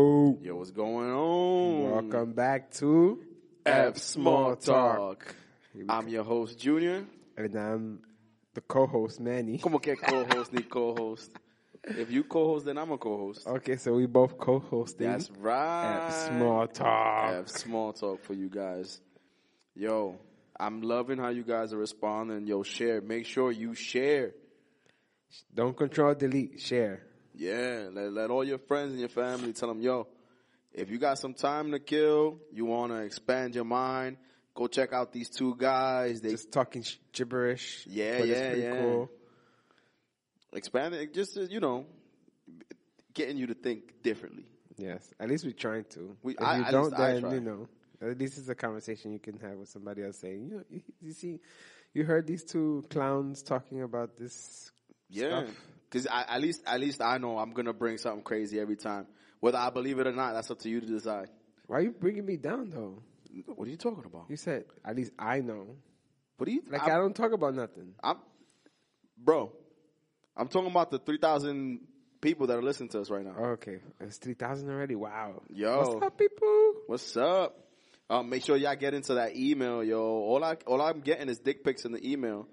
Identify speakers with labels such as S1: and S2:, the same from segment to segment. S1: What's going on?
S2: Welcome back to
S1: F Small Talk. I'm your host, Junior.
S2: and I'm the co-host Manny.
S1: Como que co-host ni co-host. If you co-host, then I'm a co-host.
S2: Okay, so we both co-hosting
S1: That's right.
S2: Oh, F Small Talk.
S1: F Small Talk for you guys. Yo, I'm loving how you guys are responding. Yo, share. Make sure you share.
S2: Don't control, delete, share.
S1: Yeah, let, let all your friends and your family tell them, yo, if you got some time to kill, you want to expand your mind, go check out these two guys. They
S2: Just talking sh- gibberish.
S1: Yeah,
S2: but
S1: yeah,
S2: it's pretty
S1: yeah.
S2: cool.
S1: expand it, just, uh, you know, getting you to think differently.
S2: Yes, at least we're trying to.
S1: We-
S2: if
S1: I-
S2: you
S1: at
S2: don't,
S1: least I
S2: then
S1: try.
S2: you know. At least it's a conversation you can have with somebody else saying, you know, you, you see, you heard these two clowns talking about this.
S1: Yeah.
S2: stuff.
S1: Because at least, at least I know I'm going to bring something crazy every time. Whether I believe it or not, that's up to you to decide.
S2: Why are you bringing me down though?
S1: What are you talking about?
S2: You said at least I know.
S1: What are you,
S2: Like
S1: I'm-
S2: I'm, I do not talk about nothing.
S1: I'm, bro, I'm talking about the 3,000 people that are listening to us right now.
S2: Okay, it's three thousand already. Wow.
S1: Yo.
S2: what's up, people?
S1: What's up? Um, make sure y'all get into that email, yo. All I all I'm getting is dick pics in the email.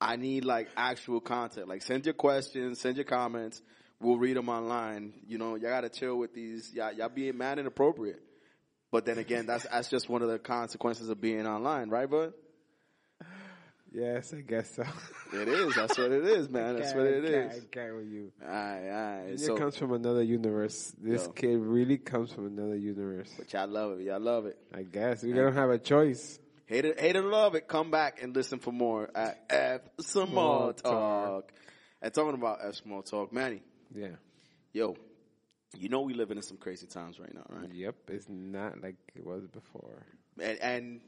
S1: I need like actual content. Like send your questions, send your comments. We'll read them online. You know, y'all gotta chill with these. Y'all, y'all being mad inappropriate. But then again, that's that's just one of the consequences of being online, right, bud?
S2: Yes, I guess so.
S1: It is. That's what it is, man. That's what it
S2: I can't-
S1: is.
S2: I can't with you.
S1: All right, all right.
S2: It
S1: So,
S2: comes from another universe. This
S1: Yo.
S2: kid really comes from another universe.
S1: but y'all love it. Y'all love it.
S2: I guess we don't have a choice.
S1: Hate it, hate it, or love it. Come back and listen for more at F Small
S2: Small
S1: Talk. And talking about F Small Talk, Manny,
S2: Yeah.
S1: yo, you know we living in some crazy times right now, right?
S2: Yep. It's not like it was before.
S1: And, and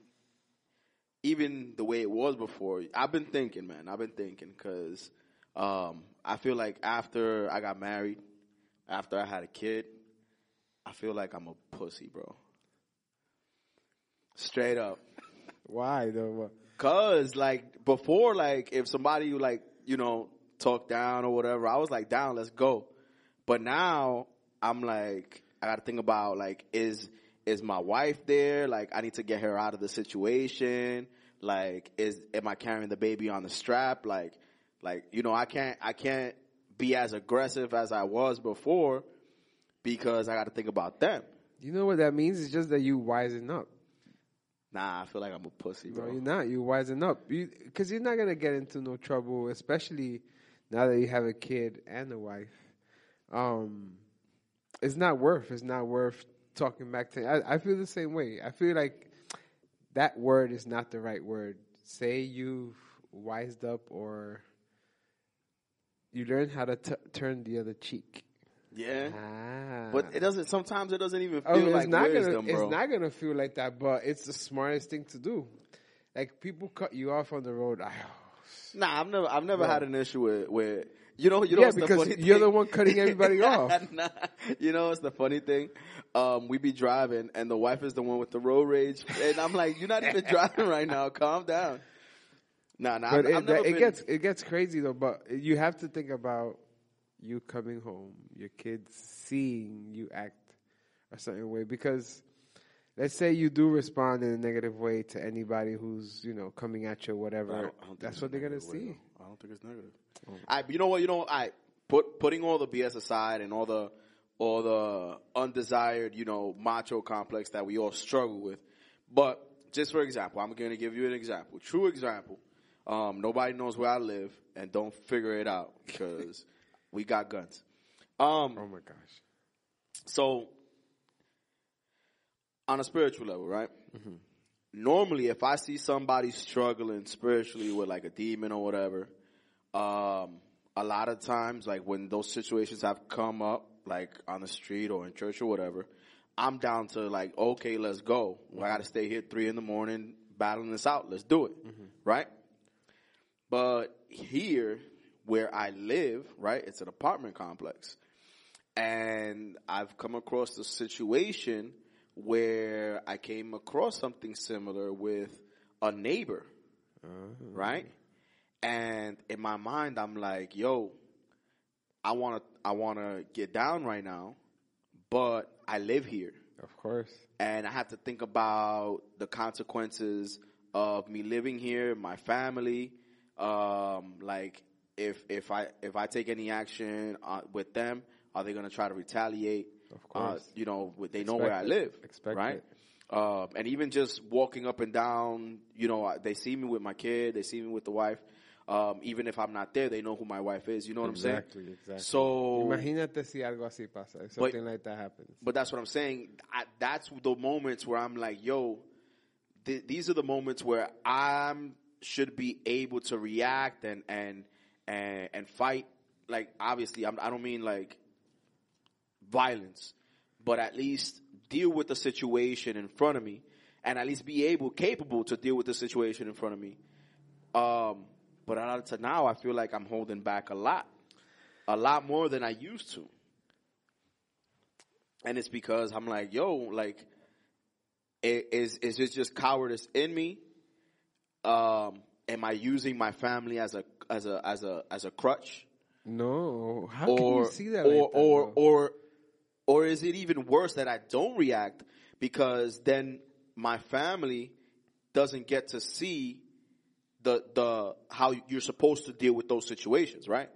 S1: even the way it was before, I've been thinking, man. I've been thinking because um, I feel like after I got married, after I had a kid, I feel like I'm a pussy, bro. Straight up.
S2: Why though?
S1: Cause like before, like if somebody like you know talk down or whatever, I was like down, let's go. But now I'm like I got to think about like is is my wife there? Like I need to get her out of the situation. Like is am I carrying the baby on the strap? Like like you know I can't I can't be as aggressive as I was before because I got to think about them.
S2: You know what that means? It's just that you wisen up.
S1: Nah, I feel like I'm a pussy,
S2: No,
S1: bro.
S2: you're not. You wisen up. You because you're not gonna get into no trouble, especially now that you have a kid and a wife. Um, it's not worth. It's not worth talking back to. I, I feel the same way. I feel like that word is not the right word. Say you've wised up, or you learn how to t- turn the other cheek.
S1: Yeah.
S2: Ah,
S1: But it doesn't. Sometimes it doesn't even feel
S2: Okay,
S1: like
S2: Oh, it's not
S1: wisdom,
S2: gonna,
S1: bro.
S2: It's not gonna feel like that, but it's the smartest thing to do. Like people cut you off on the road. I,
S1: nah, I've never, I've never had an issue with, with you know, you know,
S2: Yeah,
S1: what's the
S2: because
S1: funny
S2: you're
S1: thing?
S2: the one cutting everybody off.
S1: Nah, you know, it's the funny thing. Um, we be driving, and the wife is the one with the road rage, and I'm like, you're not even driving right now. Calm down. Nah, nah,
S2: but
S1: I've,
S2: it,
S1: I've never
S2: it
S1: been,
S2: gets it gets crazy though. But you have to think about you coming home, your kids seeing you act a certain way. Because let's say you do respond in a negative way to anybody who's you know coming at you, or
S1: I don't- I
S2: whatever.
S1: don't think
S2: That's
S1: it's
S2: what they're gonna
S1: negative,
S2: see. Oh.
S1: Will. I don't think it's negative. I, you know what? You know, what? I put putting all the BS aside and all the all the undesired, you know, macho complex that we all struggle with. But just for example, I'm going to give you an example, true example. Um, nobody knows where I live, and don't figure it out because we got guns. Um,
S2: Oh my gosh.
S1: so, on a spiritual level, right? Normally, if I see somebody struggling spiritually with like a demon or whatever, um, a lot of times, like when those situations have come up, like on the street or in church or whatever, I'm down to like, okay, let's go. I got to stay here three in the morning, battling this out. Let's do it, right? But here, where I live, right, it's an apartment complex and I've come across a situation where I came across something similar with a neighbor, right? And in my mind, I'm like, "Yo, I want to, I want to get down right now, but I live here
S2: Of course.
S1: and I have to think about the consequences of me living here, my family. Um, like if if I if I take any action uh, with them, are they gonna try to retaliate?
S2: Of course.
S1: uh, you know would they know where I
S2: Expect it.
S1: live,
S2: Expect
S1: right?
S2: it.
S1: Um, and even just walking up and down, you know, I- they see me with my kid, they see me with the wife. Um, even if I'm not there, they know who my wife is. You know what I'm
S2: Exactly,
S1: saying?
S2: exactly.
S1: So
S2: Imagínate si algo así pasa, if something like that happens.
S1: but that's what I'm saying. I, that's the moments where I'm like, yo, th- these are the moments where I should be able to react and and and and fight. Like obviously, I'm, I don't mean like violence, but at least deal with the situation in front of me, and at least be able, capable to deal with the situation in front of me. Um, but up to now, I feel like I'm holding back a lot, a lot more than I used to. And it's because I'm like, yo, like, i- is is this just cowardice in me? Um, am I using my family as a as a as a as a crutch?
S2: No, how can
S1: or
S2: you see that?
S1: or
S2: like that,
S1: or,
S2: though?
S1: or or is it even worse that I don't react because then my family doesn't get to see the the how you're supposed to deal with those situations, right?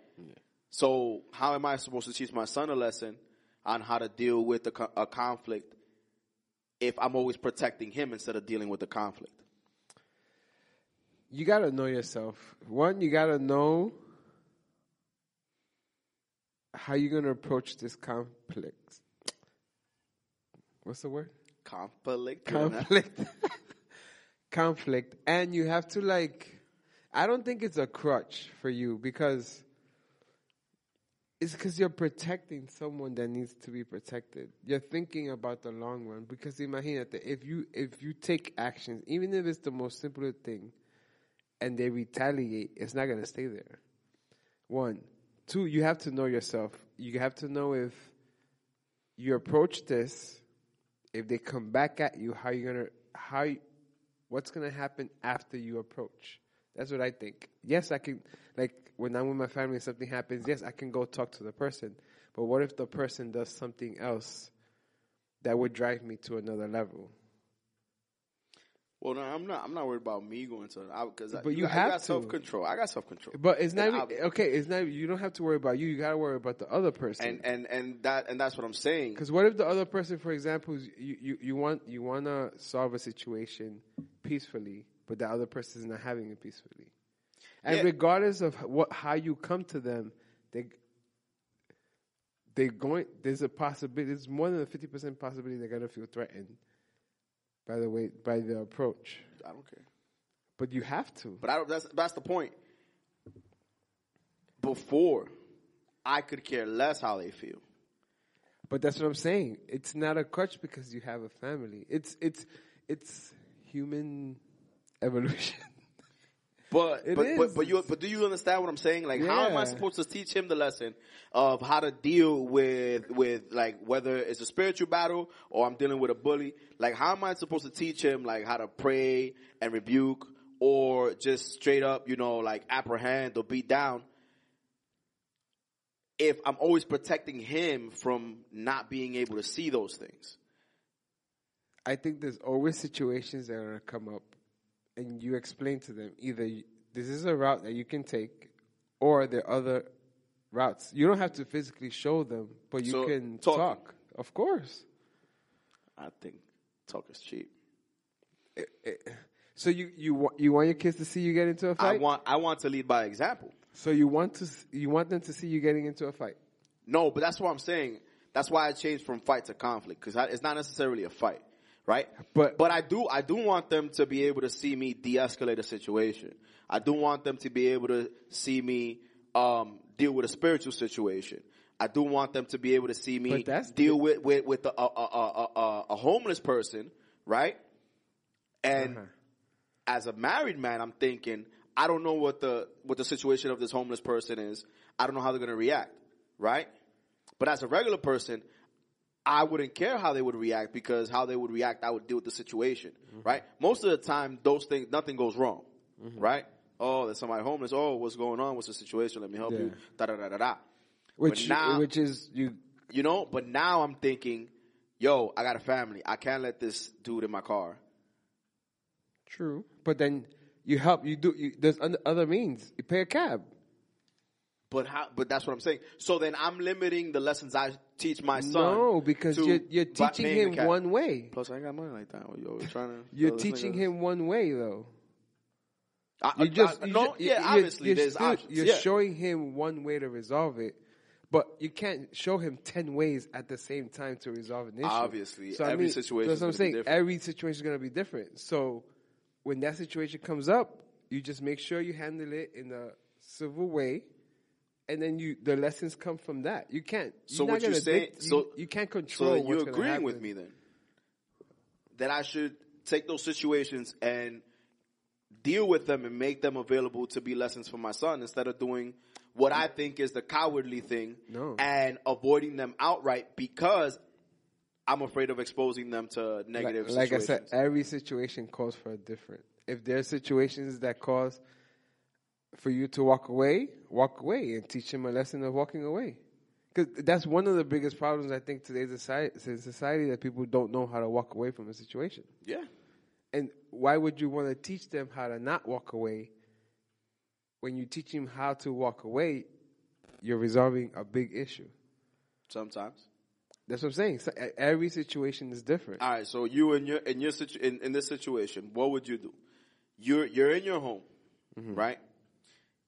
S1: So how am I supposed to teach my son a lesson on how to deal with a, co- a conflict if I'm always protecting him instead of dealing with the conflict?
S2: you gotta know yourself. One, you gotta know how you're gonna approach this conflict. What's the word?
S1: Conflict.
S2: conflict conflict and you have to like i don't think it's a crutch for you because it's because you're protecting someone that needs to be protected you're thinking about the long run because imagínate if you if you take actions even if it's the most simple thing and they retaliate it's not going to stay there one two you have to know yourself you have to know if you approach this if they come back at you, how you gonna how you- what's gonna happen after you approach? That's what I think. Yes, I can like when I'm with my family and something happens, yes, I can go talk to the person. But what if the person does something else that would drive me to another level?
S1: Well, no, I'm not. I'm not worried about me going to because
S2: But you
S1: I,
S2: have
S1: got
S2: to.
S1: self control. I got self control.
S2: But it's not
S1: And
S2: even, okay. It's not you don't have to worry about you. You gotta worry about the other person.
S1: and and and that and that's what I'm saying.
S2: Because what if the other person, for example, is- you, you, you want you want to solve a situation peacefully, but the other person is not having it peacefully, and
S1: Yeah.
S2: regardless of what how you come to them, they they going there's a possibility. There's more than a fifty percent possibility they're gonna feel threatened by the way by the approach.
S1: I don't care.
S2: But you have to.
S1: But I don't, that's that's the point. Before, I could care less how they feel.
S2: But that's what I'm saying. It's not a crutch because you have a family. It's it's it's human evolution.
S1: But
S2: It
S1: but, but
S2: is.
S1: but you but do you understand what I'm saying? Like, how am I
S2: Yeah.
S1: supposed to teach him the lesson of how to deal with with like whether it's a spiritual battle or I'm dealing with a bully? Like, how am I supposed to teach him like how to pray and rebuke or just straight up, you know, like apprehend or beat down? If I'm always protecting him from not being able to see those things,
S2: I think there's always situations that are going to come up, and you explain to them either you- this is a route that you can take, or there are other routes. You don't have to physically show them, but you
S1: So,
S2: can
S1: talking.
S2: talk. Of course.
S1: I think talk is cheap.
S2: So you you want you want your kids to see you get into a
S1: I
S2: fight.
S1: want I want to lead by example.
S2: so you want to s- you want them to see you getting into a fight.
S1: No, but that's what I'm saying. That's why I changed from fight to conflict because it's not necessarily a fight, right?
S2: But-
S1: but I do I do want them to be able to see me de-escalate a situation. I do want them to be able to see me um, deal with a spiritual situation. I do want them to be able to see me
S2: But that's-
S1: deal with with with a, a, a, a, a, a homeless person, right? And
S2: Uh-huh.
S1: as a married man, I'm thinking, I don't know what the what the situation of this homeless person is. I don't know how they're gonna react, right? But as a regular person, I wouldn't care how they would react because how they would react, I would deal with the situation,
S2: Mm-hmm.
S1: right? Most of the time, those things, nothing goes wrong, right? Oh, there's somebody homeless. Oh, what's going on? What's the situation? Let me help you.
S2: Yeah.
S1: Da da da da da.
S2: Which
S1: But now-
S2: which is you
S1: you know, but now I'm thinking, yo, I got a family. I can't let this dude in my car.
S2: True, but then you help. You do. You, there's un- other means. You pay a cab.
S1: But how? But that's what I'm saying. So then I'm limiting the lessons I teach my son.
S2: no, because
S1: to
S2: you're you're
S1: by
S2: teaching
S1: paying the
S2: him
S1: cab.
S2: one way.
S1: Plus, I ain't got money like that. Yo, you're trying to.
S2: You're
S1: yo, this
S2: teaching
S1: nigga-
S2: him one way though.
S1: I, I-
S2: You just
S1: I-
S2: you
S1: no,
S2: ju- you-
S1: yeah.
S2: you're-
S1: obviously,
S2: you're
S1: there's
S2: still-
S1: options.
S2: You're
S1: yeah.
S2: showing him one way to resolve it, but you can't show him ten ways at the same time to resolve an issue.
S1: Obviously, every situation
S2: That's
S1: is
S2: what I'm
S1: gonna be
S2: saying.
S1: different.
S2: Every situation is going to be different. So when that situation comes up, you just make sure you handle it in a civil way. And then you, the lessons come from that. You can't.
S1: So
S2: you're not
S1: what you're
S2: gonna
S1: saying-
S2: dict- you-
S1: so-
S2: you can't control.
S1: So then
S2: what's
S1: you're
S2: gonna
S1: agreeing
S2: happen.
S1: with me then that I should take those situations and deal with them and make them available to be lessons for my son instead of doing what I think is the cowardly thing
S2: No.
S1: and avoiding them outright because I'm afraid of exposing them to
S2: Like-
S1: negative
S2: like,
S1: situations.
S2: I said, every situation calls for a different. If there are situations that cause for you to walk away, walk away and teach him a lesson of walking away. Because that's one of the biggest problems I think today's society, society that people don't know how to walk away from a situation.
S1: yeah.
S2: And why would you want to teach them how to not walk away? When you teach them how to walk away, you're resolving a big issue.
S1: Sometimes.
S2: That's what I'm saying. So, e- every situation is different.
S1: All right. So you in your in your situ- in, in this situation, what would you do? You're you're in your home, right?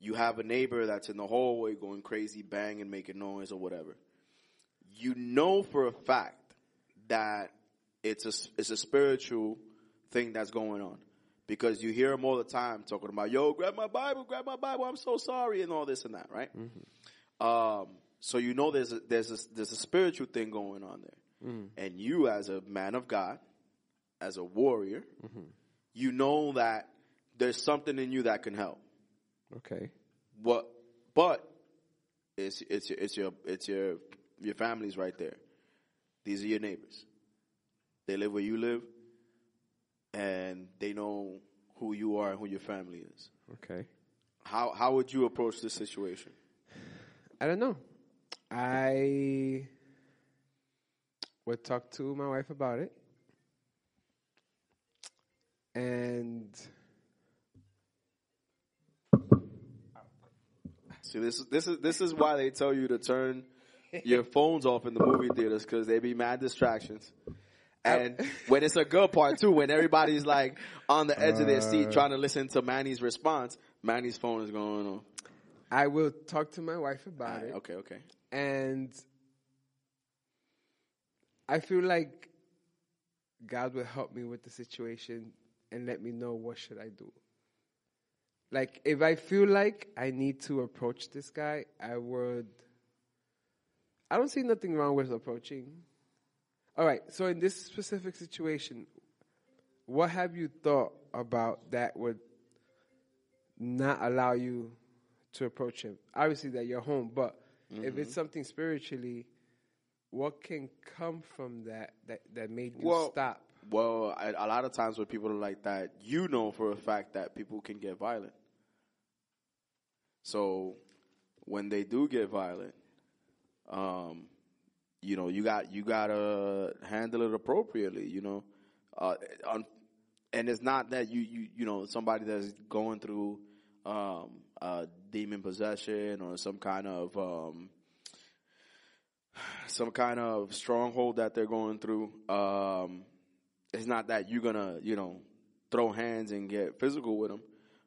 S1: You have a neighbor that's in the hallway going crazy, banging, making noise, or whatever. You know for a fact that it's a s- it's a spiritual thing that's going on because you hear them all the time talking about, "Yo, grab my Bible, grab my Bible. I'm so sorry," and all this and that, right? Um, so you know there's a, there's a, there's a spiritual thing going on there, and you as a man of God, as a warrior, you know that there's something in you that can help.
S2: Okay.
S1: What, but it's it's your- it's your it's your your family's right there. These are your neighbors. They live where you live, and they know who you are and who your family is.
S2: Okay.
S1: How how would you approach this situation?
S2: I don't know. I would talk to my wife about it. And
S1: See, this is this is this is why they tell you to turn your phones off in the movie theaters because they be mad distractions. And when it's a good part too, when everybody's like on the edge of their seat trying to listen to Manny's response, Manny's phone is going on.
S2: I will talk to my wife about it.
S1: Okay, okay.
S2: And I feel like God will help me with the situation and let me know what should I do. Like if I feel like I need to approach this guy, I would I don't see nothing wrong with approaching. All right, so in this specific situation, what have you thought about that would not allow you to approach him? Obviously that you're home, but if it's something spiritually, what can come from that that, that made you
S1: Well-
S2: stop?
S1: Well, I, a lot of times with people are like that, you know for a fact that people can get violent. So when they do get violent, um, you know, you got you gotta handle it appropriately. You know, uh, on, and it's not that you you you know somebody that's going through um, uh, demon possession or some kind of um, some kind of stronghold that they're going through. Um, it's not that you're gonna, you know, throw hands and get physical with them.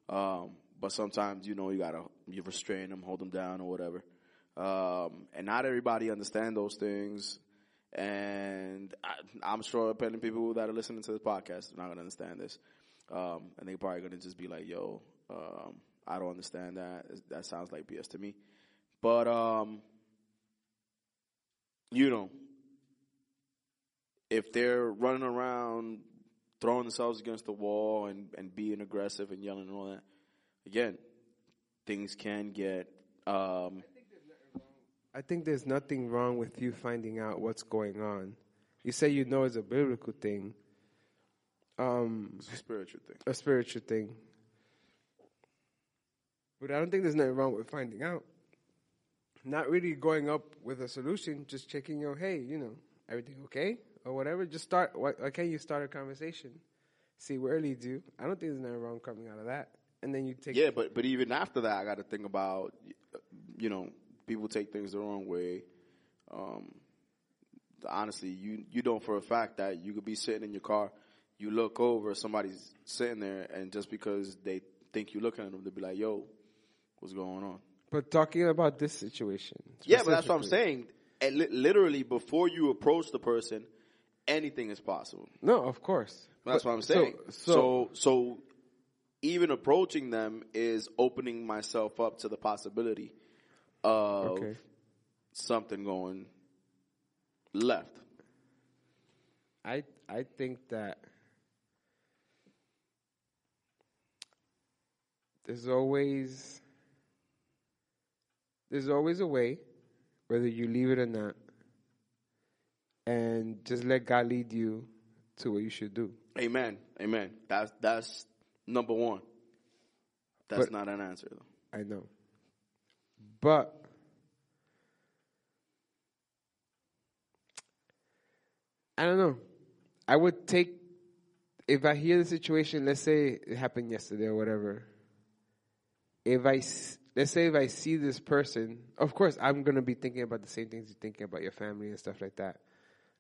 S1: Um, but sometimes, you know, you gotta you restrain them, hold them down, or whatever. Um, and not everybody understand those things. And I, I'm sure plenty of people that are listening to this podcast are not gonna understand this. Um, and they're probably gonna just be like, "Yo, um, I don't understand that. That sounds like BS to me." But um, you know, if they're running around throwing themselves against the wall and, and being aggressive and yelling and all that, again, things can get um,
S2: I think there's nothing wrong with you finding out what's going on. You say you know it's a biblical thing, um,
S1: it's a spiritual thing.
S2: a spiritual thing. But I don't think there's nothing wrong with finding out. not really going up with a solution, just checking your hey, you know, everything okay or whatever. Just start. Why, why can't you start a conversation? See where leads you. I don't think there's nothing wrong coming out of that. And then you take
S1: Yeah, but but even after that, I got to think about, you know, people take things the wrong way. Um, honestly, you you know for a fact that you could be sitting in your car, you look over, somebody's sitting there, and just because they think you're looking at them, they'll be like, "Yo, what's going on?"
S2: But talking about this situation,
S1: Yeah, but that's what I'm
S2: specifically-
S1: saying. And li- literally, before you approach the person, anything is possible.
S2: No, of course.
S1: That's
S2: But-
S1: what I'm saying.
S2: So,
S1: So,
S2: so,
S1: so, even approaching them is opening myself up to the possibility of
S2: okay.
S1: something going left.
S2: I I think that there's always there's always a way, whether you leave it or not, and just let God lead you to what you should do.
S1: Amen. Amen. That's that's number one. That's
S2: But-
S1: not an answer though.
S2: I know, but I don't know. I would take if I hear the situation. Let's say it happened yesterday or whatever. If I s- let's say if I see this person, of course I'm gonna be thinking about the same things you're thinking about your family and stuff like that.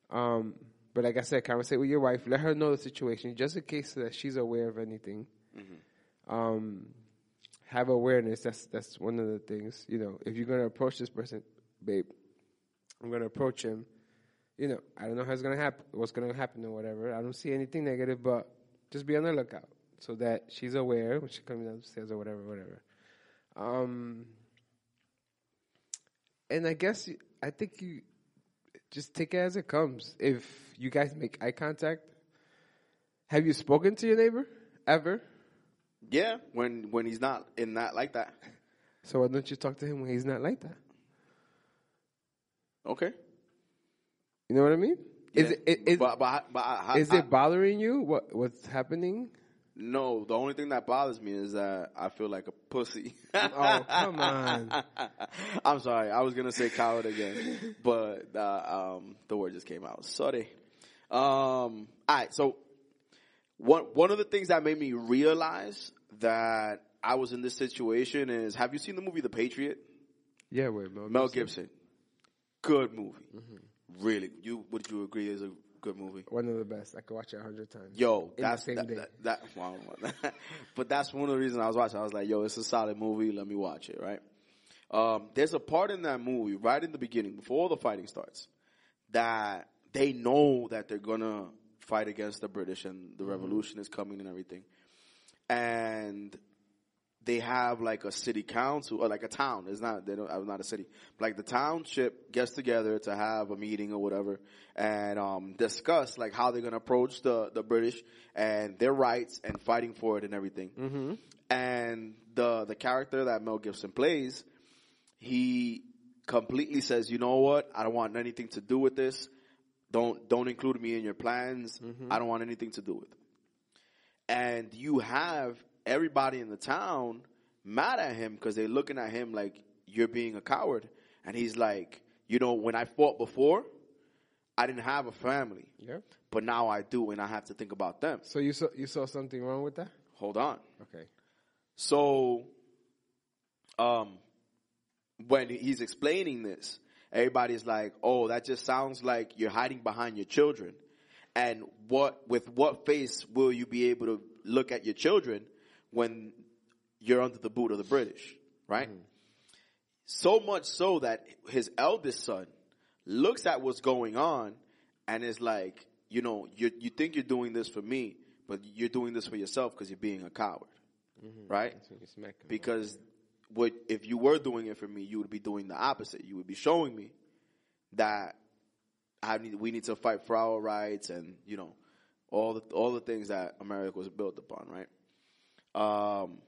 S2: Um, but like I said, conversate with your wife. Let her know the situation just in case so that she's aware of anything. Um, have awareness. That's that's one of the things. You know, if you're gonna approach this person, babe, I'm gonna approach him you know, I don't know how it's gonna happen, what's gonna happen or whatever. I don't see anything negative, but just be on the lookout so that she's aware when she comes downstairs or whatever, whatever. Um, and I guess you- I think you just take it as it comes. If you guys make eye contact, have you spoken to your neighbor ever?
S1: Yeah, when when he's not in that like that.
S2: So why don't you talk to him when he's not like that?
S1: Okay.
S2: You know what I mean? Is
S1: Yeah.
S2: it, it, it,
S1: but, but, but I- I-
S2: is
S1: I-
S2: it bothering you? What what's happening?
S1: No, the only thing that bothers me is that I feel like a pussy.
S2: Oh, come on.
S1: I'm sorry. I was gonna say coward again, but uh, um, the word just came out. Sorry. Um, all right. So one one of the things that made me realize that I was in this situation is: Have you seen the movie The Patriot?
S2: Yeah, wait, Mel.
S1: Mel
S2: Gibson.
S1: Gibson. Good movie. Really. You would you agree is a good movie?
S2: one of the best. I could watch it a hundred times.
S1: Yo,
S2: the
S1: that's
S2: same
S1: that,
S2: day.
S1: that, that, wow, wow. but that's one of the reasons I was watching. I was like, yo, it's a solid movie. Let me watch it, right? Um, there's a part in that movie right in the beginning before all the fighting starts that they know that they're gonna fight against the British and
S2: Mm-hmm.
S1: the revolution is coming and everything. And they have like a city council or like a town. It's not they don't. It's not a city. Like the township gets together to have a meeting or whatever and um, discuss like how they're gonna approach the the British and their rights and fighting for it and everything. Mm-hmm. And the the character that Mel Gibson plays, he completely says, "You know what? I don't want anything to do with this. Don't don't include me in your plans. I don't want anything to do with it." and you have everybody in the town mad at him because they're looking at him like you're being a coward and he's like you know when i fought before i didn't have a family
S2: Yeah.
S1: but now i do and i have to think about them
S2: So you saw you saw something wrong with that?
S1: hold on
S2: Okay.
S1: so, um, when he's explaining this, everybody's like, "Oh, that just sounds like you're hiding behind your children." And what with what face will you be able to look at your children when you're under the boot of the British, right? So much so that his eldest son looks at what's going on and is like, you know, you you think you're doing this for me, but you're doing this for yourself because you're being a coward, right?
S2: So you smack him.
S1: because what if you were doing it for me, you would be doing the opposite. You would be showing me that I need we need to fight for our rights and you know all the all the things that America was built upon, right? Um,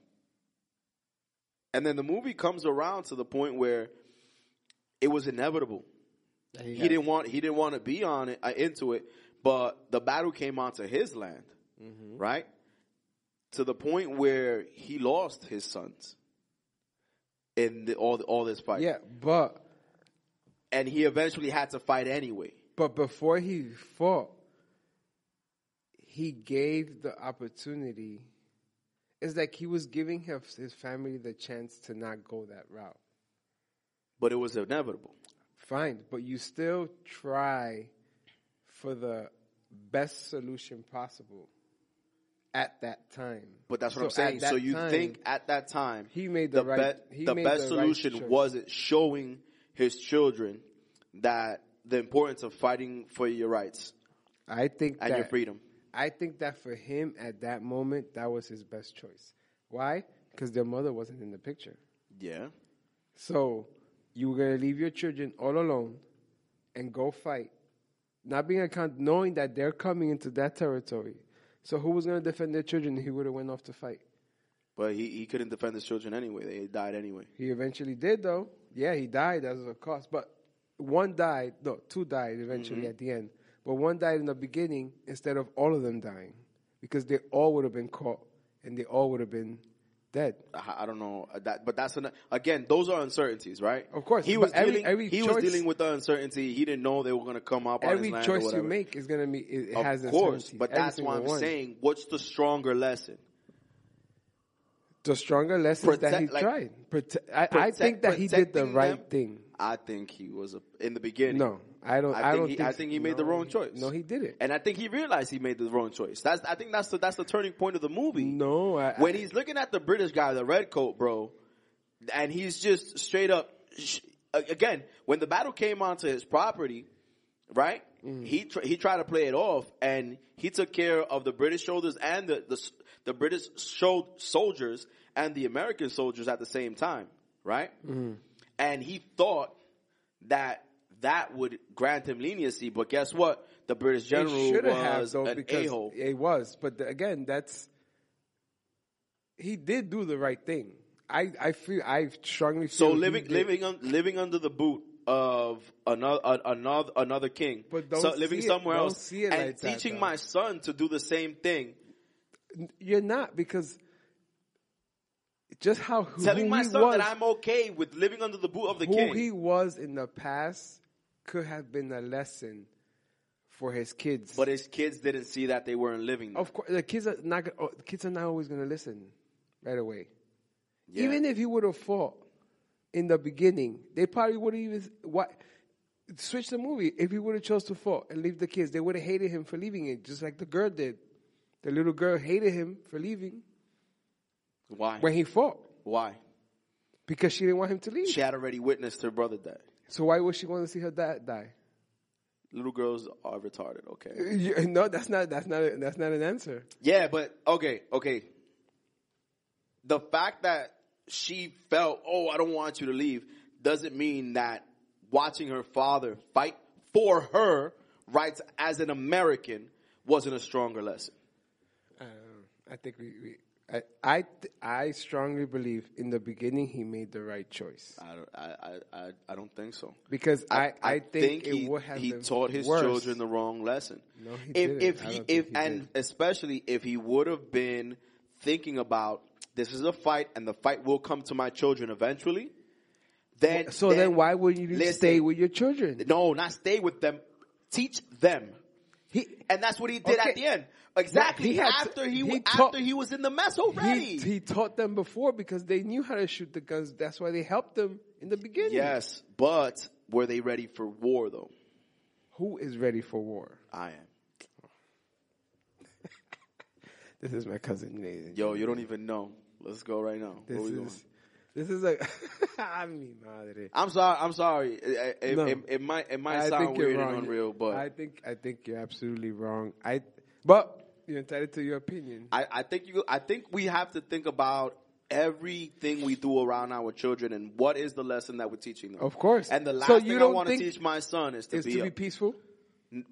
S1: and then the movie comes around to the point where it was inevitable. He didn't want he didn't want to be on it uh, into it, but the battle came onto his land,
S2: Mm-hmm.
S1: right? To the point where he lost his sons in the, all all this fight.
S2: Yeah, but
S1: and he eventually had to fight anyway.
S2: But before he fought, he gave the opportunity. It's like he was giving his, his family the chance to not go that route.
S1: But it was inevitable.
S2: Fine, but you still try for the best solution possible at that time.
S1: But that's what I'm
S2: at
S1: saying.
S2: that
S1: So you
S2: time,
S1: think at that time
S2: He made the right-
S1: be-
S2: he
S1: the
S2: made
S1: best
S2: the right
S1: solution
S2: choice.
S1: wasn't showing his children that the importance of fighting for your rights
S2: I think
S1: and
S2: that
S1: your freedom.
S2: I think that for him at that moment, that was his best choice. Why? Because their mother wasn't in the picture.
S1: Yeah.
S2: So you were gonna leave your children all alone and go fight, not being account knowing that they're coming into that territory. So who was gonna defend their children? He would have went off to fight.
S1: But he, he couldn't defend his children anyway. They died anyway.
S2: He eventually did though. Yeah, he died as a cost, but one died. No, two died eventually
S1: Mm-hmm.
S2: at the end. But one died in the beginning instead of all of them dying because they all would have been caught and they all would have been dead.
S1: I I don't know uh, that, but that's an, again. Those are uncertainties, right?
S2: Of course,
S1: he
S2: but
S1: was
S2: every-
S1: dealing.
S2: every
S1: he
S2: choice-
S1: was dealing with the uncertainty. He didn't know they were going to come up. on his
S2: Every
S1: land or
S2: choice you
S1: whatever.
S2: make is gonna be it it
S1: of
S2: has
S1: course,
S2: uncertainties.
S1: but
S2: Every
S1: that's why
S2: single
S1: I'm
S2: one.
S1: saying, what's the stronger lesson?
S2: the stronger lessons that he
S1: Protect- like-
S2: tried. Prote- I, I
S1: protect-
S2: think that he did the
S1: protecting
S2: right
S1: them?
S2: thing.
S1: I think he was a, in the beginning.
S2: No, I don't. I,
S1: I think
S2: don't.
S1: he-
S2: think,
S1: I think he made the
S2: no,
S1: wrong choice.
S2: No, he did it.
S1: and I think he realized he made the wrong choice. That's I think that's the that's the turning point of the movie.
S2: No, I,
S1: when he's looking at the British guy, the red coat, bro, and he's just straight up. Sh- a- again, when the battle came onto his property, right?
S2: Mm.
S1: He tr- he tried to play it off, and he took care of the British soldiers and the the, s- the British sho- soldiers and the American soldiers at the same time, right?
S2: Mm.
S1: And he thought that that would grant him leniency, but guess what? The British
S2: It
S1: general
S2: should have
S1: was
S2: though
S1: an
S2: because
S1: a-hole.
S2: it was. But the- again, that's he did do the right thing. I, I feel I strongly feel
S1: So
S2: he
S1: living
S2: did.
S1: living un, living under the boot of another another another king,
S2: But don't
S1: so living
S2: see it-
S1: somewhere
S2: don't
S1: else
S2: see it
S1: and
S2: like that,
S1: teaching
S2: though.
S1: my son to do the same thing,
S2: you're not because just how who,
S1: telling
S2: who
S1: my
S2: he
S1: son
S2: was,
S1: that I'm okay with living under the boot of the
S2: who
S1: king.
S2: he was in the past could have been a lesson for his kids.
S1: but his kids didn't see that they weren't living.
S2: Of course, the kids are not. gonna- oh, The kids are not always going to listen right away.
S1: Yeah.
S2: Even if he would have fought in the beginning, they probably would have even what switch the movie. If he would have chose to fall and leave the kids, they would have hated him for leaving it, just like the girl did. The little girl hated him for leaving
S1: Why?
S2: when he fought
S1: Why?
S2: because she didn't want him to leave.
S1: She had already witnessed her brother die.
S2: So why would she want to see her dad die?
S1: Little girls are retarded. Okay.
S2: You- No, that's not. That's not. That's not an answer.
S1: Yeah, but okay, okay. The fact that she felt, oh, I don't want you to leave, doesn't mean that watching her father fight for her rights as an American wasn't a stronger lesson.
S2: I don't know. Um, I think we. we I I, th- I strongly believe in the beginning he made the right choice
S1: I don't, I, I, I, I don't think so.
S2: because I, I, think,
S1: he,
S2: it would have
S1: he
S2: been
S1: taught his
S2: worse.
S1: children the wrong lesson.
S2: No, he
S1: if
S2: didn't.
S1: if
S2: I
S1: he
S2: don't
S1: if
S2: think he
S1: and especially if he would have been thinking about this is a fight and the fight will come to my children eventually, then
S2: So then, why would you
S1: Listen.
S2: stay with your children?
S1: No, not stay with them. Teach them.
S2: He
S1: And that's what he did
S2: Okay.
S1: at the end. Exactly
S2: he had to-
S1: after he,
S2: he
S1: wa-
S2: taught-
S1: after he was in the mess
S2: he,
S1: already.
S2: he taught them before because they knew how to shoot the guns. That's why they helped them in the beginning.
S1: yes, but were they ready for war though?
S2: Who is ready for war?
S1: I am.
S2: This is my cousin Nathan.
S1: Yo, you don't even know. Let's go right now.
S2: this
S1: Where we
S2: is
S1: going?
S2: this is a. I mean, madre.
S1: I'm sorry. I'm sorry. It, it,
S2: No.
S1: it, it might it might
S2: I
S1: sound
S2: think you're
S1: weird and
S2: wrong.
S1: unreal, but
S2: I
S1: I,
S2: think I think you're absolutely wrong. I but you're entitled to your opinion.
S1: I, think you I think we have to think about everything we do around our children and what is the lesson that we're teaching them.
S2: Of course.
S1: And the last
S2: So you
S1: thing I
S2: don't
S1: want to
S2: think
S1: teach my son is to
S2: Is
S1: be,
S2: to
S1: a
S2: be peaceful.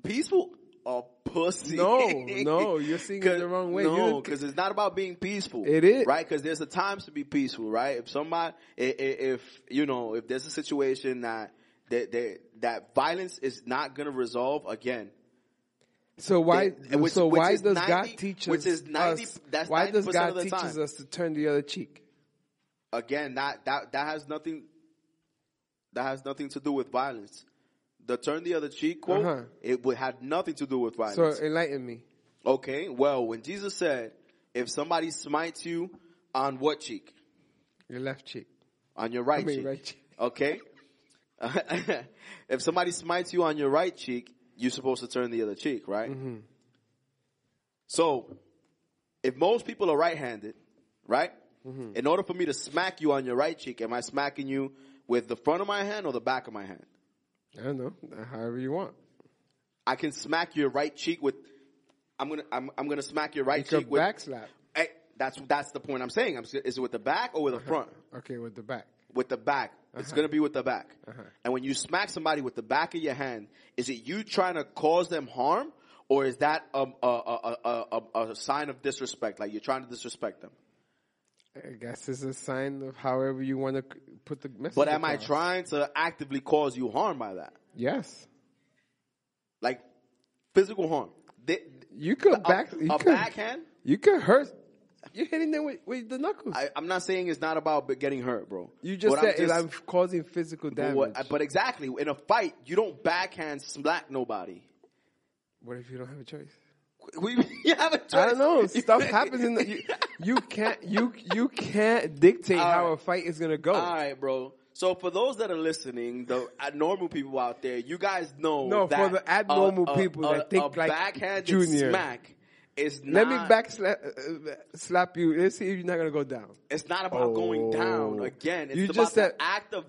S1: peaceful a pussy.
S2: No, no, you're seeing it
S1: 'Cause-
S2: the wrong way. You
S1: No,
S2: don't-
S1: because it's not about being peaceful.
S2: It is.
S1: right because there's a times to be peaceful, right? If somebody, i- i- if you know, if there's a situation that that that, that violence is not going to resolve again.
S2: So why?
S1: They- which-
S2: so
S1: which
S2: why
S1: is
S2: does
S1: 90
S2: God teach us?
S1: which is 90
S2: us-
S1: that's
S2: why does
S1: 90%
S2: God
S1: of the
S2: teaches
S1: time.
S2: us to turn the other cheek?
S1: Again, that that that has nothing. That has nothing to do with violence. The turn the other cheek quote,
S2: Uh-huh.
S1: it would, had nothing to do with
S2: So
S1: violence.
S2: enlighten me.
S1: okay, well, when Jesus said, if somebody smites you on what cheek?
S2: Your left cheek.
S1: On your right
S2: I mean,
S1: cheek.
S2: right cheek.
S1: Okay? if somebody smites you on your right cheek, you're supposed to turn the other cheek, right?
S2: Mm-hmm.
S1: So, if most people are right-handed, right?
S2: Mm-hmm.
S1: In order for me to smack you on your right cheek, am I smacking you with the front of my hand or the back of my hand?
S2: I don't know. However you want.
S1: I can smack your right cheek with. I'm gonna. I'm, I'm gonna smack your right
S2: You could
S1: cheek with.
S2: back slap.
S1: Eh, that's that's the point I'm saying. I'm, s- is it with the back or with the front?
S2: Okay, with the back.
S1: With the back. It's gonna be with the back.
S2: Uh-huh.
S1: And when you smack somebody with the back of your hand, is it you trying to cause them harm, or is that a a a, a, a, a sign of disrespect? Like you're trying to disrespect them.
S2: I guess it's a sign of however you want to put the message.
S1: But am I
S2: across.
S1: trying to actively cause you harm by that?
S2: Yes.
S1: Like physical harm. They,
S2: You could back.
S1: a,
S2: you
S1: a
S2: could,
S1: backhand.
S2: You could hurt. You're hitting them with, with the knuckles.
S1: I, I'm not saying it's not about b- getting hurt, bro.
S2: you just
S1: What
S2: said if I'm causing physical damage.
S1: what- but exactly in a fight, you don't backhand smack nobody.
S2: what if you don't have a choice?
S1: We you have a choice.
S2: I don't know. Stuff happens in the you, you can't you you can't dictate how
S1: right.
S2: a fight is gonna go.
S1: All right, bro. So for those that are listening, the uh, normal people out there, you guys know.
S2: No,
S1: that
S2: for the
S1: a-
S2: abnormal
S1: a-
S2: people
S1: a,
S2: that think
S1: a
S2: like
S1: backhanded
S2: Junior.
S1: smack is
S2: Let
S1: not.
S2: me back slap, uh, uh, slap you. Let's see if you're not gonna go down.
S1: It's not about going down
S2: Oh.
S1: again. It's
S2: You
S1: about
S2: just said-
S1: the act of.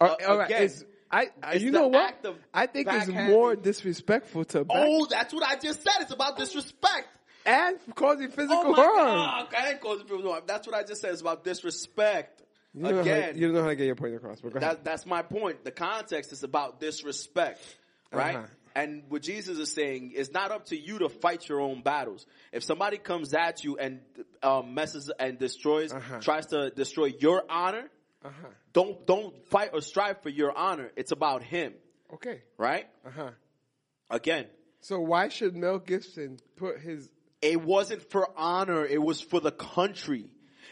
S2: All
S1: uh,
S2: right, all right,
S1: again.
S2: it's- I, I-
S1: it's
S2: you
S1: the
S2: know what?
S1: act of
S2: I think it's
S1: backhand-
S2: more disrespectful to back
S1: oh, that's what I just said. It's about disrespect.
S2: and causing physical
S1: Oh my
S2: harm.
S1: God, I ain't causing people harm. That's what I just said. It's about disrespect.
S2: You don't, know how,
S1: Again,
S2: you don't know how to get your point across. But go ahead.
S1: that, that's my point. The context is about disrespect, right?
S2: Uh-huh.
S1: And what Jesus is saying, it's not up to you to fight your own battles. If somebody comes at you and um, messes and destroys,
S2: Uh-huh.
S1: tries to destroy your honor,
S2: Uh-huh.
S1: don't don't fight or strive for your honor. It's about him,
S2: Okay.
S1: right?
S2: Uh huh.
S1: Again,
S2: So why should Mel Gibson put his?
S1: It wasn't for honor. It was for the country.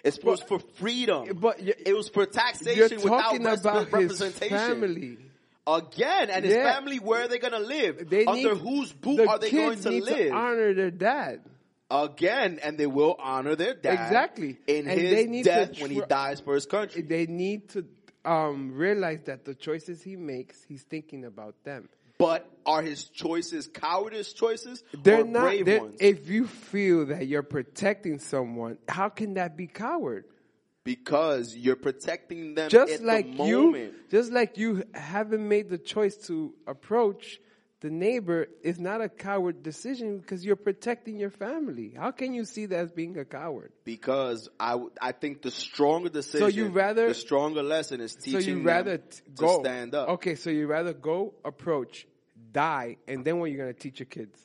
S1: It was for freedom.
S2: but you-
S1: it was for
S2: You're
S1: taxation without
S2: talking about his
S1: representation.
S2: family.
S1: Again, and his
S2: Yeah.
S1: family, where are they going to live?
S2: They
S1: Under
S2: need-
S1: whose boot
S2: the
S1: are they going
S2: kids
S1: to
S2: need
S1: live?
S2: to honor their dad.
S1: Again, and they will honor their dad.
S2: Exactly.
S1: In
S2: And
S1: his
S2: they need to
S1: death when he
S2: tr-
S1: dies for his country.
S2: They need to um, realize that the choices he makes, he's thinking about them.
S1: But are his choices cowardice choices
S2: They're
S1: or
S2: not.
S1: brave
S2: they're-
S1: ones?
S2: If you feel that you're protecting someone, how can that be coward?
S1: because you're protecting them
S2: Just
S1: at
S2: like
S1: the
S2: you,
S1: moment.
S2: just like you haven't made the choice to approach the neighbor is not a coward decision because you're protecting your family. How can you see that as being a coward?
S1: because I, w- I think the stronger decision,
S2: you rather-
S1: the stronger lesson is teaching
S2: so you rather
S1: them
S2: t-
S1: to
S2: go
S1: stand up.
S2: Okay, so you rather go approach, die, and then what you're gonna teach your kids?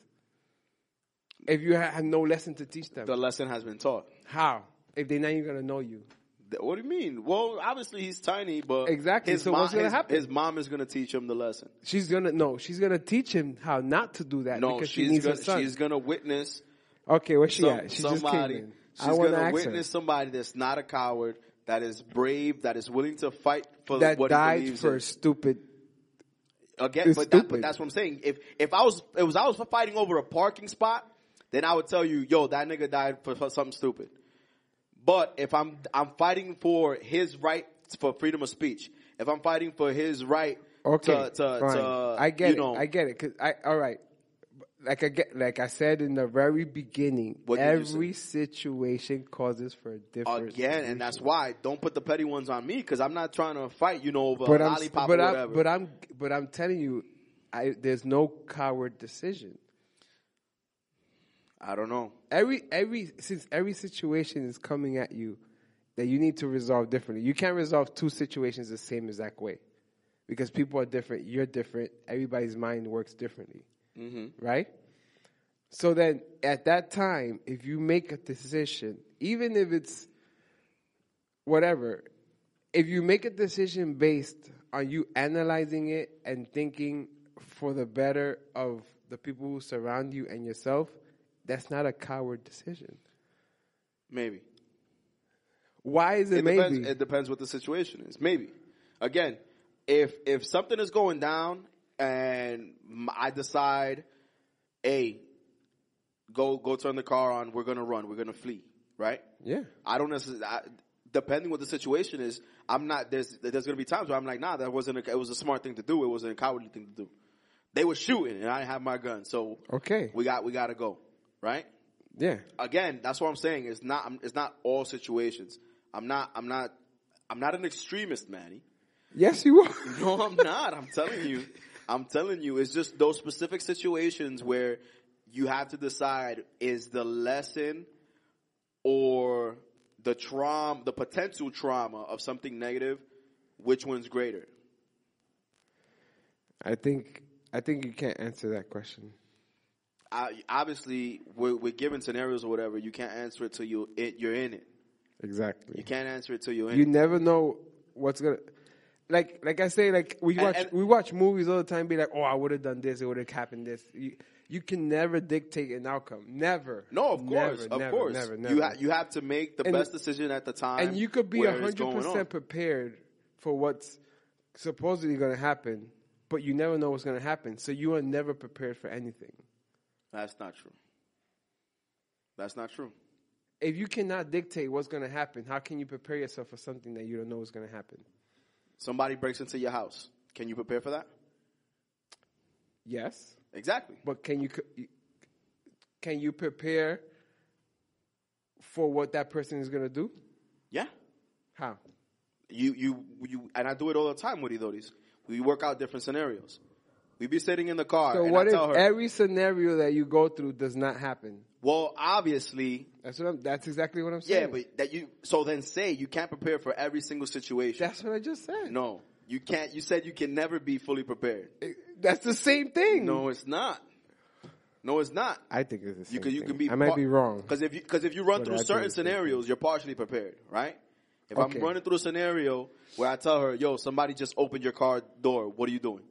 S2: If you ha- have no lesson to teach them,
S1: The lesson has been taught.
S2: how? If they're not even gonna know you,
S1: Th- What do you mean? Well, obviously he's tiny, but
S2: Exactly.
S1: His
S2: So
S1: mom,
S2: what's gonna
S1: his,
S2: happen?
S1: His mom is gonna teach him the lesson.
S2: she's gonna no, she's gonna teach him how not to do that
S1: No,
S2: because
S1: she's
S2: she needs
S1: gonna
S2: her son.
S1: she's gonna witness
S2: okay, where's she
S1: some-
S2: at? She
S1: somebody.
S2: just came in.
S1: She's
S2: I want to
S1: gonna
S2: ask
S1: witness somebody that's not a coward, that is brave, that is willing to fight for
S2: her that
S1: what he
S2: died
S1: believes
S2: for
S1: in.
S2: stupid.
S1: Again,
S2: It's
S1: but, that, but
S2: stupid.
S1: that's what I'm saying. If if I was it was I was fighting over a parking spot, then I would tell you, yo, that nigga died for, for something stupid. But if I'm I'm fighting for his right for freedom of speech, if I'm fighting for his right
S2: Okay,
S1: to, to,
S2: fine.
S1: to
S2: I get
S1: you
S2: it.
S1: know,
S2: I get it. Cause I all right. Like I get, like I said in the very beginning,
S1: What did you say?
S2: every situation causes for a different
S1: again, and that's why don't put the petty ones on me because I'm not trying to fight you know over
S2: but
S1: a
S2: I'm,
S1: lollipop
S2: but
S1: or
S2: I'm,
S1: whatever.
S2: but I'm, but I'm telling you, I, there's no coward decision.
S1: I don't know.
S2: Every, every, since every situation is coming at you that you need to resolve differently. You can't resolve two situations the same exact way because people are different. You're different. Everybody's mind works differently. Right? So then at that time, if you make a decision, even if it's whatever, if you make a decision based on you analyzing it and thinking for the better of the people who surround you and yourself, that's not a coward decision.
S1: Maybe
S2: Why is it,
S1: it
S2: maybe?
S1: depends. It depends what the situation is. Maybe again, if if something is going down and m- I decide, hey, go go turn the car on. We're gonna run. We're gonna flee. Right?
S2: Yeah.
S1: I don't necessarily. I, depending what the situation is, I'm not. There's there's gonna be times where I'm like, nah, that wasn't. A, it was a smart thing to do. It wasn't a cowardly thing to do. They were shooting, and I didn't have my gun, so
S2: Okay.
S1: we got we got to go. Right?
S2: Yeah.
S1: Again, that's what I'm saying. It's not. I'm- It's not all situations. I'm not. I'm not. I'm not an extremist, Manny.
S2: Yes, you are.
S1: No, I'm not. I'm telling you. I'm telling you. It's just those specific situations where you have to decide is the lesson or the trauma, the potential trauma of something negative, which one's greater?
S2: I think I think you can't answer that question.
S1: I, obviously, we're, we're given scenarios or whatever. You can't answer it till you it, you're in it.
S2: Exactly.
S1: You can't answer it till you're in.
S2: You
S1: it.
S2: never know what's gonna. Like, like I say, like we
S1: And-
S2: watch,
S1: and-
S2: we watch movies all the time. Be like, oh, I would have done this. It would have happened this. You, you can never dictate an outcome. Never.
S1: No, of
S2: Never,
S1: course, of
S2: never,
S1: course.
S2: Never,
S1: You
S2: never.
S1: ha- you have to make the
S2: And-
S1: best decision at the time,
S2: and you could be
S1: where it's
S2: hundred
S1: going on.
S2: percent prepared for what's supposedly going to happen, but you never know what's going to happen. So you are never prepared for anything.
S1: That's not true. That's not true.
S2: If you cannot dictate what's going to happen, how can you prepare yourself for something that you don't know is going to happen?
S1: Somebody breaks into your house. Can you prepare for that?
S2: Yes,
S1: Exactly.
S2: but can you can you prepare for what that person is going to do?
S1: Yeah.
S2: How?
S1: You you you and I do it all the time with Idoris. We work out different scenarios. We be sitting in the car
S2: So
S1: Uh, and
S2: what
S1: I
S2: if
S1: tell her,
S2: every scenario that you go through does not happen?
S1: "Well, obviously,
S2: That's what I'm, that's exactly what I'm saying.
S1: yeah, but that you so then say you can't prepare for every single situation.
S2: that's what I just said.
S1: no. You can't. You said you can never be fully prepared.
S2: It- that's the same thing.
S1: No, it's not. No, it's not.
S2: Hmm. I think it's the same.
S1: You could you
S2: thing.
S1: can be.
S2: I might be wrong.
S1: because if you because if you run
S2: But
S1: through
S2: I think
S1: certain
S2: it's the same
S1: scenarios, you're partially prepared, right? If
S2: Okay.
S1: I'm running through a scenario where I tell her, "Yo, somebody just opened your car door. What are you doing?"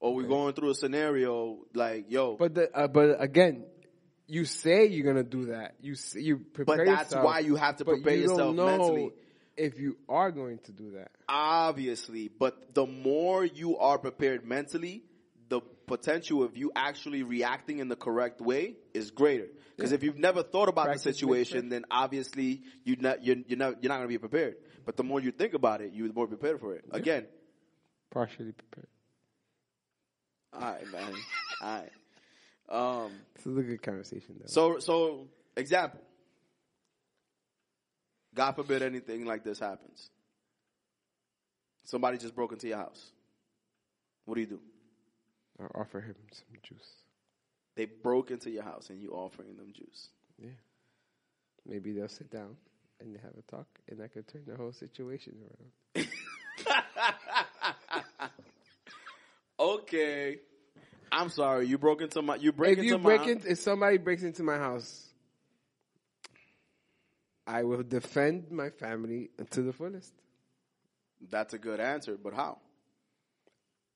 S1: Or we're going through a scenario like, "Yo,"
S2: But the, uh, but again, you say you're gonna do that. You s- you prepare.
S1: that's
S2: yourself,
S1: why you have to
S2: but
S1: prepare
S2: you don't
S1: yourself
S2: know
S1: mentally.
S2: If you are going to do that,
S1: obviously, but the more you are prepared mentally, the potential of you actually reacting in the correct way is greater. Because if you've never thought about
S2: Practice
S1: the
S2: makes
S1: situation, then obviously you not you're you're not, you're not going to be prepared. But the more you think about it, you're more prepared for it. Again,
S2: partially prepared.
S1: all right, man, all right. Um,
S2: This is a good conversation, though.
S1: so so example. God forbid anything like this happens. Somebody just broke into your house. What do you do?
S2: I'll offer him some juice.
S1: They broke into your house and you offering them juice.
S2: Yeah, maybe they'll sit down and have a talk, and I could turn the whole situation around.
S1: Okay. I'm sorry. You broke into my. You break
S2: if
S1: into
S2: you
S1: my.
S2: break in, if somebody breaks into my house, I will defend my family to the fullest.
S1: that's a good answer, but how?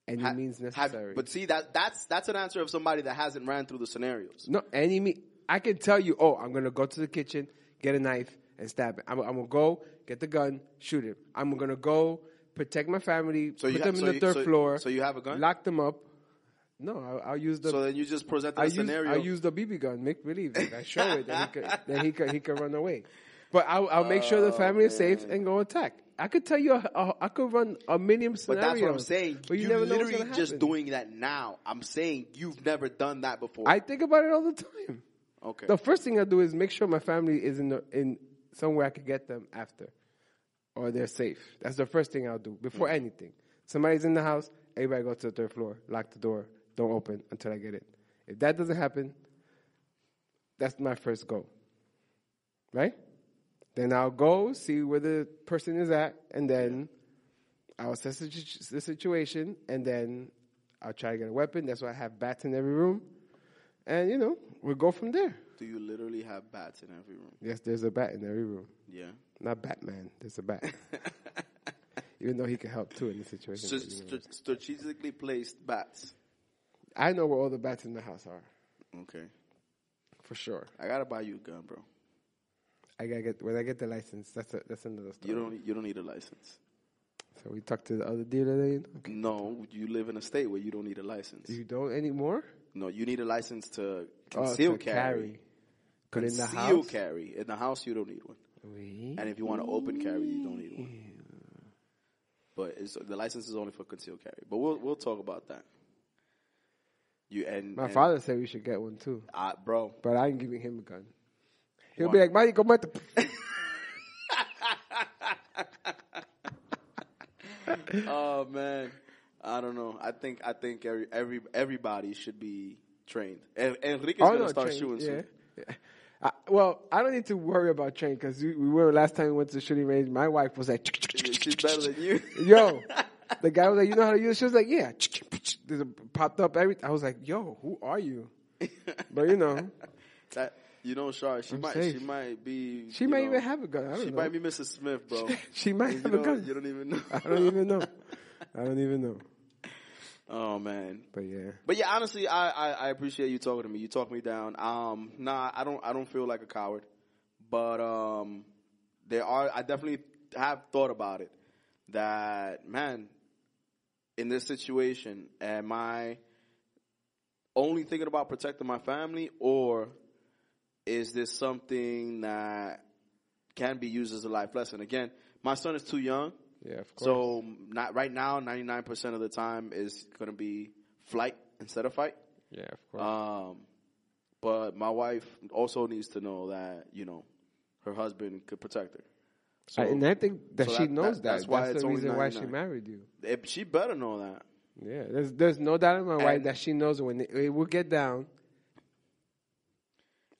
S2: Any
S1: Ha-
S2: means
S1: have-
S2: necessary.
S1: but see that that's that's an answer of somebody that hasn't ran through the scenarios.
S2: No, any me. I can tell you. Oh, I'm gonna go to the kitchen, get a knife, and stab it. I'm, I'm gonna go get the gun, shoot him. I'm gonna go protect my family,
S1: So you
S2: put
S1: ha-
S2: them in
S1: so
S2: the
S1: you-
S2: third
S1: so-
S2: floor.
S1: so you have a gun?
S2: Lock them up. No, I'll, I'll use the.
S1: So then you just presented
S2: I
S1: a
S2: use,
S1: scenario.
S2: I use the BB gun, make believe. Like I show it, then he could, then he could, he could run away. But I'll, I'll make
S1: Oh,
S2: sure the family is safe and go attack. I could tell you, a, a, I could run a million scenarios.
S1: but that's what I'm saying.
S2: But you,
S1: you
S2: never know what's
S1: literally
S2: gonna
S1: just
S2: happen.
S1: doing that now. I'm saying you've never done that before.
S2: I think about it all the time.
S1: okay.
S2: The first thing I do is make sure my family is in the, in somewhere I could get them after, or they're safe. That's the first thing I'll do before anything. Somebody's in the house. Everybody go to the third floor. Lock the door. Don't open until I get it. If that doesn't happen, that's my first goal. Right? Then I'll go see where the person is at, and then I'll assess the situ- the situation, and then I'll try to get a weapon. That's why I have bats in every room, and you know we'll go from there.
S1: Do you literally have bats in every room?
S2: Yes, there's a bat in every room.
S1: Yeah.
S2: Not Batman. There's a bat. Even though he could help too in this situation.
S1: St- st- strategically placed bats.
S2: I know where all the bats in the house are
S1: Okay.
S2: for sure.
S1: I gotta buy you a gun, bro.
S2: I gotta get when I get the license. That's a, that's another story.
S1: You don't. You don't need a license.
S2: So we talked to the other dealer then.
S1: No, you live in a state where you don't need a license.
S2: You don't anymore?
S1: No, you need a license to
S2: Oh, to
S1: conceal carry.
S2: But in the
S1: Conceal
S2: house?
S1: carry. In the house, you don't need one.
S2: We-
S1: And if you want to open carry, you don't need one. But it's, the license is only for concealed carry. But we'll we'll talk about that. You and
S2: My
S1: and
S2: father said we should get one too,
S1: I, bro.
S2: but I ain't giving him a gun. He'll
S1: Why?
S2: be like, Mike, go Mike.
S1: Oh man, I don't know. I think I think every every everybody should be trained. And Enrique's
S2: Oh,
S1: gonna
S2: no,
S1: start
S2: train,
S1: shooting
S2: yeah.
S1: soon.
S2: Yeah. I, well, I don't need to worry about train because we, we were last time we went to the shooting range. My wife was like,
S1: She's better than you.
S2: "Yo," the guy was like, "You know how to use?" it?" She was like, "Yeah." There's a, popped up every. I was like, "Yo, who are you?" But you know,
S1: That- you know, Shar, she might
S2: safe.
S1: she might be
S2: she
S1: you
S2: might
S1: know,
S2: even have a gun. I don't
S1: she
S2: know.
S1: might be Mrs. Smith, bro.
S2: she might
S1: you,
S2: have a
S1: don't,
S2: gun.
S1: you don't even know.
S2: I don't even know. I don't even know.
S1: Oh man.
S2: But yeah,
S1: But yeah, honestly, I, I, I appreciate you talking to me. You talked me down. Um, nah, I don't I don't feel like a coward, but um, there are I definitely have thought about it. That man, in this situation, am I only thinking about protecting my family, or is this something that can be used as a life lesson? Again, my son is too young.
S2: yeah, of course.
S1: So not right now. Ninety nine percent of the time is going to be flight instead of fight.
S2: yeah, of course.
S1: Um, but my wife also needs to know that you know her husband could protect her. So
S2: I- and I think that
S1: so
S2: she
S1: that-
S2: knows that.
S1: that-
S2: That's,
S1: that's why it's
S2: the
S1: only
S2: reason why she
S1: 99.
S2: married you.
S1: if she better know that.
S2: Yeah, there's there's no doubt in my mind
S1: And-
S2: that she knows when it, it will get down,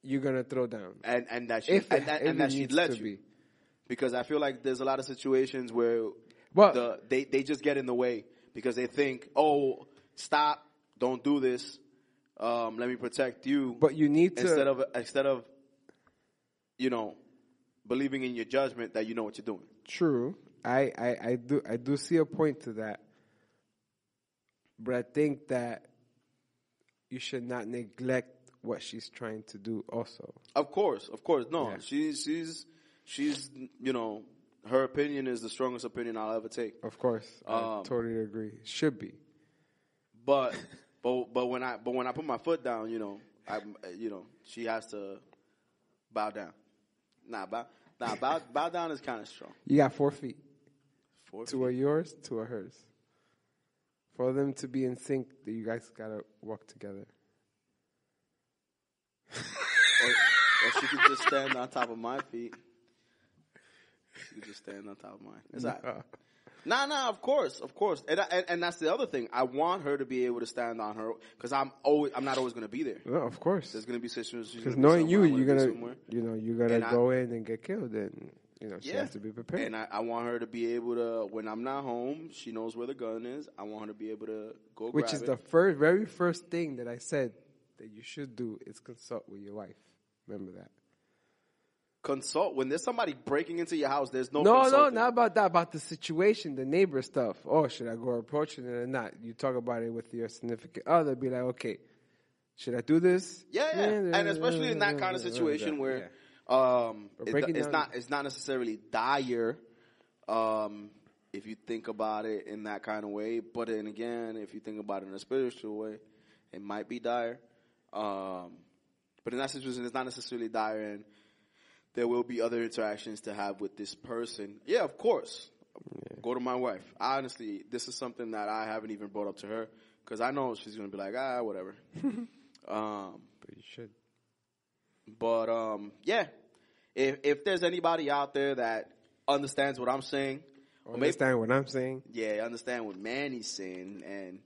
S2: you're gonna throw down.
S1: and and that she
S2: If
S1: and
S2: it-
S1: that,
S2: if
S1: and
S2: it
S1: that she
S2: needs
S1: let
S2: to
S1: you
S2: be.
S1: because I feel like there's a lot of situations where
S2: Well-
S1: the, they they just get in the way because they think oh stop don't do this um, let me protect you
S2: But you need to.
S1: instead of instead of you know believing in your judgment that you know what you're doing
S2: True. I, I, I do I do see a point to that. But I think that you should not neglect what she's trying to do also.
S1: of course of course no
S2: Yeah.
S1: she's she's she's you know her opinion is the strongest opinion I'll ever take
S2: Of course. I
S1: Um,
S2: totally agree. Should be.
S1: But but but when I but when I put my foot down, you know, I you know she has to bow down. Nah, bow nah bow bow down is kind of strong.
S2: You got four feet.
S1: Four
S2: Two are yours, two are hers. For them to be in sync, you guys gotta walk together.
S1: feet. or, or she could just stand on top of my feet. She could just stand on top of mine. It's all right.
S2: Uh,
S1: Nah, nah, of course, of course, and, I, and and that's the other thing. I want her to be able to stand on her because I'm always I'm not always gonna be there.
S2: no, of course.
S1: There's gonna be situations she's
S2: Because
S1: gonna be
S2: knowing you,
S1: somewhere, I'm
S2: you're
S1: be
S2: gonna,
S1: somewhere.
S2: you know, you're gonna
S1: And I-
S2: go in and get killed, and you know she
S1: Yeah.
S2: has to be prepared.
S1: And I, I want her to be able to, when I'm not home, she knows where the gun is. I want her to be able to go
S2: Which
S1: grab
S2: is
S1: it.
S2: the first, very first thing that I said that you should do is consult with your wife. Remember that.
S1: consult. When there's somebody breaking into your house, there's no
S2: No, no,
S1: consulting.
S2: not about that. About the situation, the neighbor stuff. Oh, should I go approaching it or not? You talk about it with your significant other. Be like, okay, should I do this?
S1: Yeah, yeah. And especially in that kind of situation where um, it-
S2: breaking
S1: it's
S2: down-
S1: not it's not necessarily dire um, if you think about it in that kind of way. But then again, if you think about it in a spiritual way, it might be dire. Um, but in that situation, it's not necessarily dire, and there will be other interactions to have with this person. Yeah, of course. Go to my wife. Honestly, this is something that I haven't even brought up to her because I know she's gonna be like, ah, whatever. um,
S2: But you should.
S1: but um, yeah, if if there's anybody out there that understands what I'm saying, or maybe
S2: Understand what I'm saying?
S1: yeah, understand what Manny's saying, and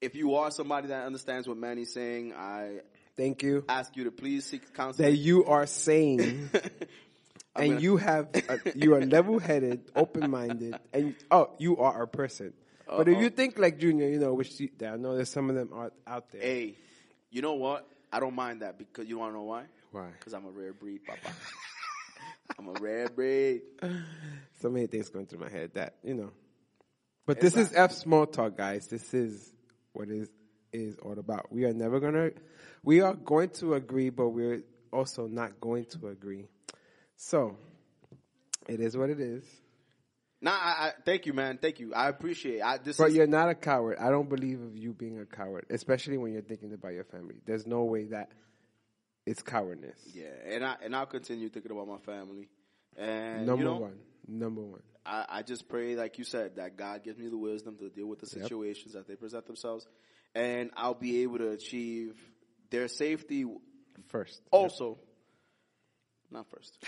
S1: if you are somebody that understands what Manny's saying, I
S2: Thank you.
S1: ask you to please seek counsel.
S2: That you are saying. and
S1: gonna-
S2: you have a, you are level headed, open minded, and oh, you are a person. But if you think like Junior, you know, which you, I know there's some of them are out there.
S1: hey, you know what? I don't mind that because you want to know why?
S2: Why?
S1: Because I'm a rare breed, Papa. I'm a rare breed.
S2: So many things going through my head that you know. But this is F small talk, guys. This is what is is all about. We are never gonna, we are going to agree, but we're also not going to agree. So, it is what it is.
S1: Nah, I, I thank you, man. Thank you. I appreciate. It. I this
S2: But
S1: is,
S2: you're not a coward. I don't believe of you being a coward, especially when you're thinking about your family. There's no way that it's cowardness.
S1: yeah, and I and I'll continue thinking about my family. And
S2: Number
S1: you know,
S2: one. Number one.
S1: I, I just pray, like you said, that God gives me the wisdom to deal with the situations that they present themselves, and I'll be able to achieve their safety.
S2: First.
S1: Also, not first.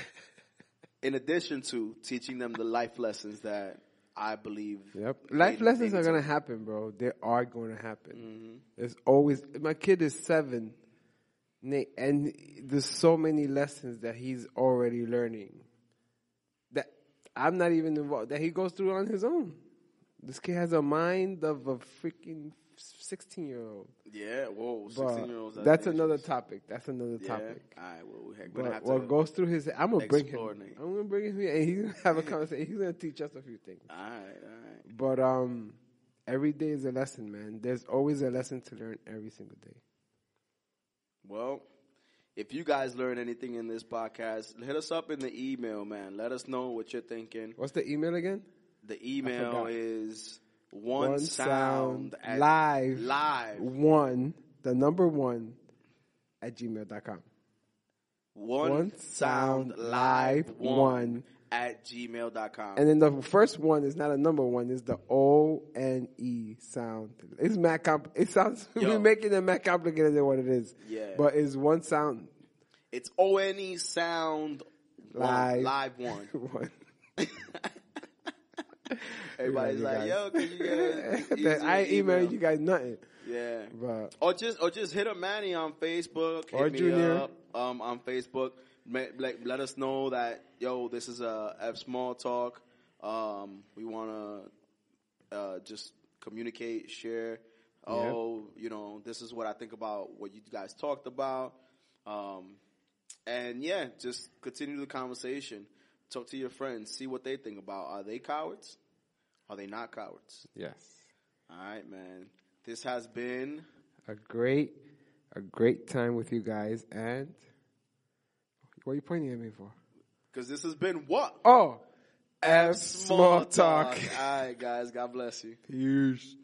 S1: In addition to teaching them the life lessons that I believe.
S2: Yep.
S1: they-
S2: Life
S1: they
S2: lessons
S1: need
S2: are
S1: to-
S2: gonna happen, bro. They are gonna happen.
S1: Mm-hmm.
S2: There's always my kid is seven, Nate, and there's so many lessons that he's already learning that I'm not even involved. That he goes through on his own. This kid has a mind of a freaking sixteen year old.
S1: Yeah. Whoa. Sixteen year olds.
S2: That's another topic. That's another topic.
S1: All right. Well, we're gonna
S2: But
S1: have
S2: what
S1: to.
S2: goes through his, I'm gonna bring him.
S1: explore, Nate.
S2: I'm gonna bring him here, and he's gonna have a conversation. He's gonna teach us a few things.
S1: all right. All right.
S2: But um, every day is a lesson, man. There's always a lesson to learn every single day.
S1: Well, if you guys learn anything in this podcast, hit us up in the email, man. Let us know what you're thinking.
S2: What's the email again?
S1: The email
S2: forgot.
S1: is one, sound, at
S2: live
S1: live
S2: one the number one at gmail.com.
S1: one,
S2: One
S1: sound
S2: sound
S1: live
S2: live
S1: one
S2: one.
S1: at gmail.com.
S2: And then the first one is not a number one; it's the O N E sound. It's mad comp. It sounds
S1: Yo.
S2: we're making it mad complicated than what it is.
S1: Yeah.
S2: but it's one sound
S1: it's O N E sound
S2: Live.
S1: live one.
S2: one.
S1: Everybody's
S2: love you guys.
S1: like, "Yo, can you get an
S2: That I ain't
S1: easier
S2: emailing you guys nothing,
S1: Yeah,
S2: but
S1: Or just or just hit up Manny on Facebook.
S2: Or
S1: hit me
S2: Junior.
S1: up, um, on Facebook. Ma- Like, let us know that yo, this is a F small talk. Um, we want to uh, just communicate, share. Oh, you know, this is what I think about what you guys talked about. Um, and yeah, just continue the conversation. Talk to your friends. See what they think about. Are they cowards? Are they not cowards?
S2: yes.
S1: All right, man. This has been.
S2: a great a great time with you guys and what are you pointing at me for?
S1: Because this has been what?
S2: Oh, F small talk.
S1: All right, guys. God bless you.
S2: Peace.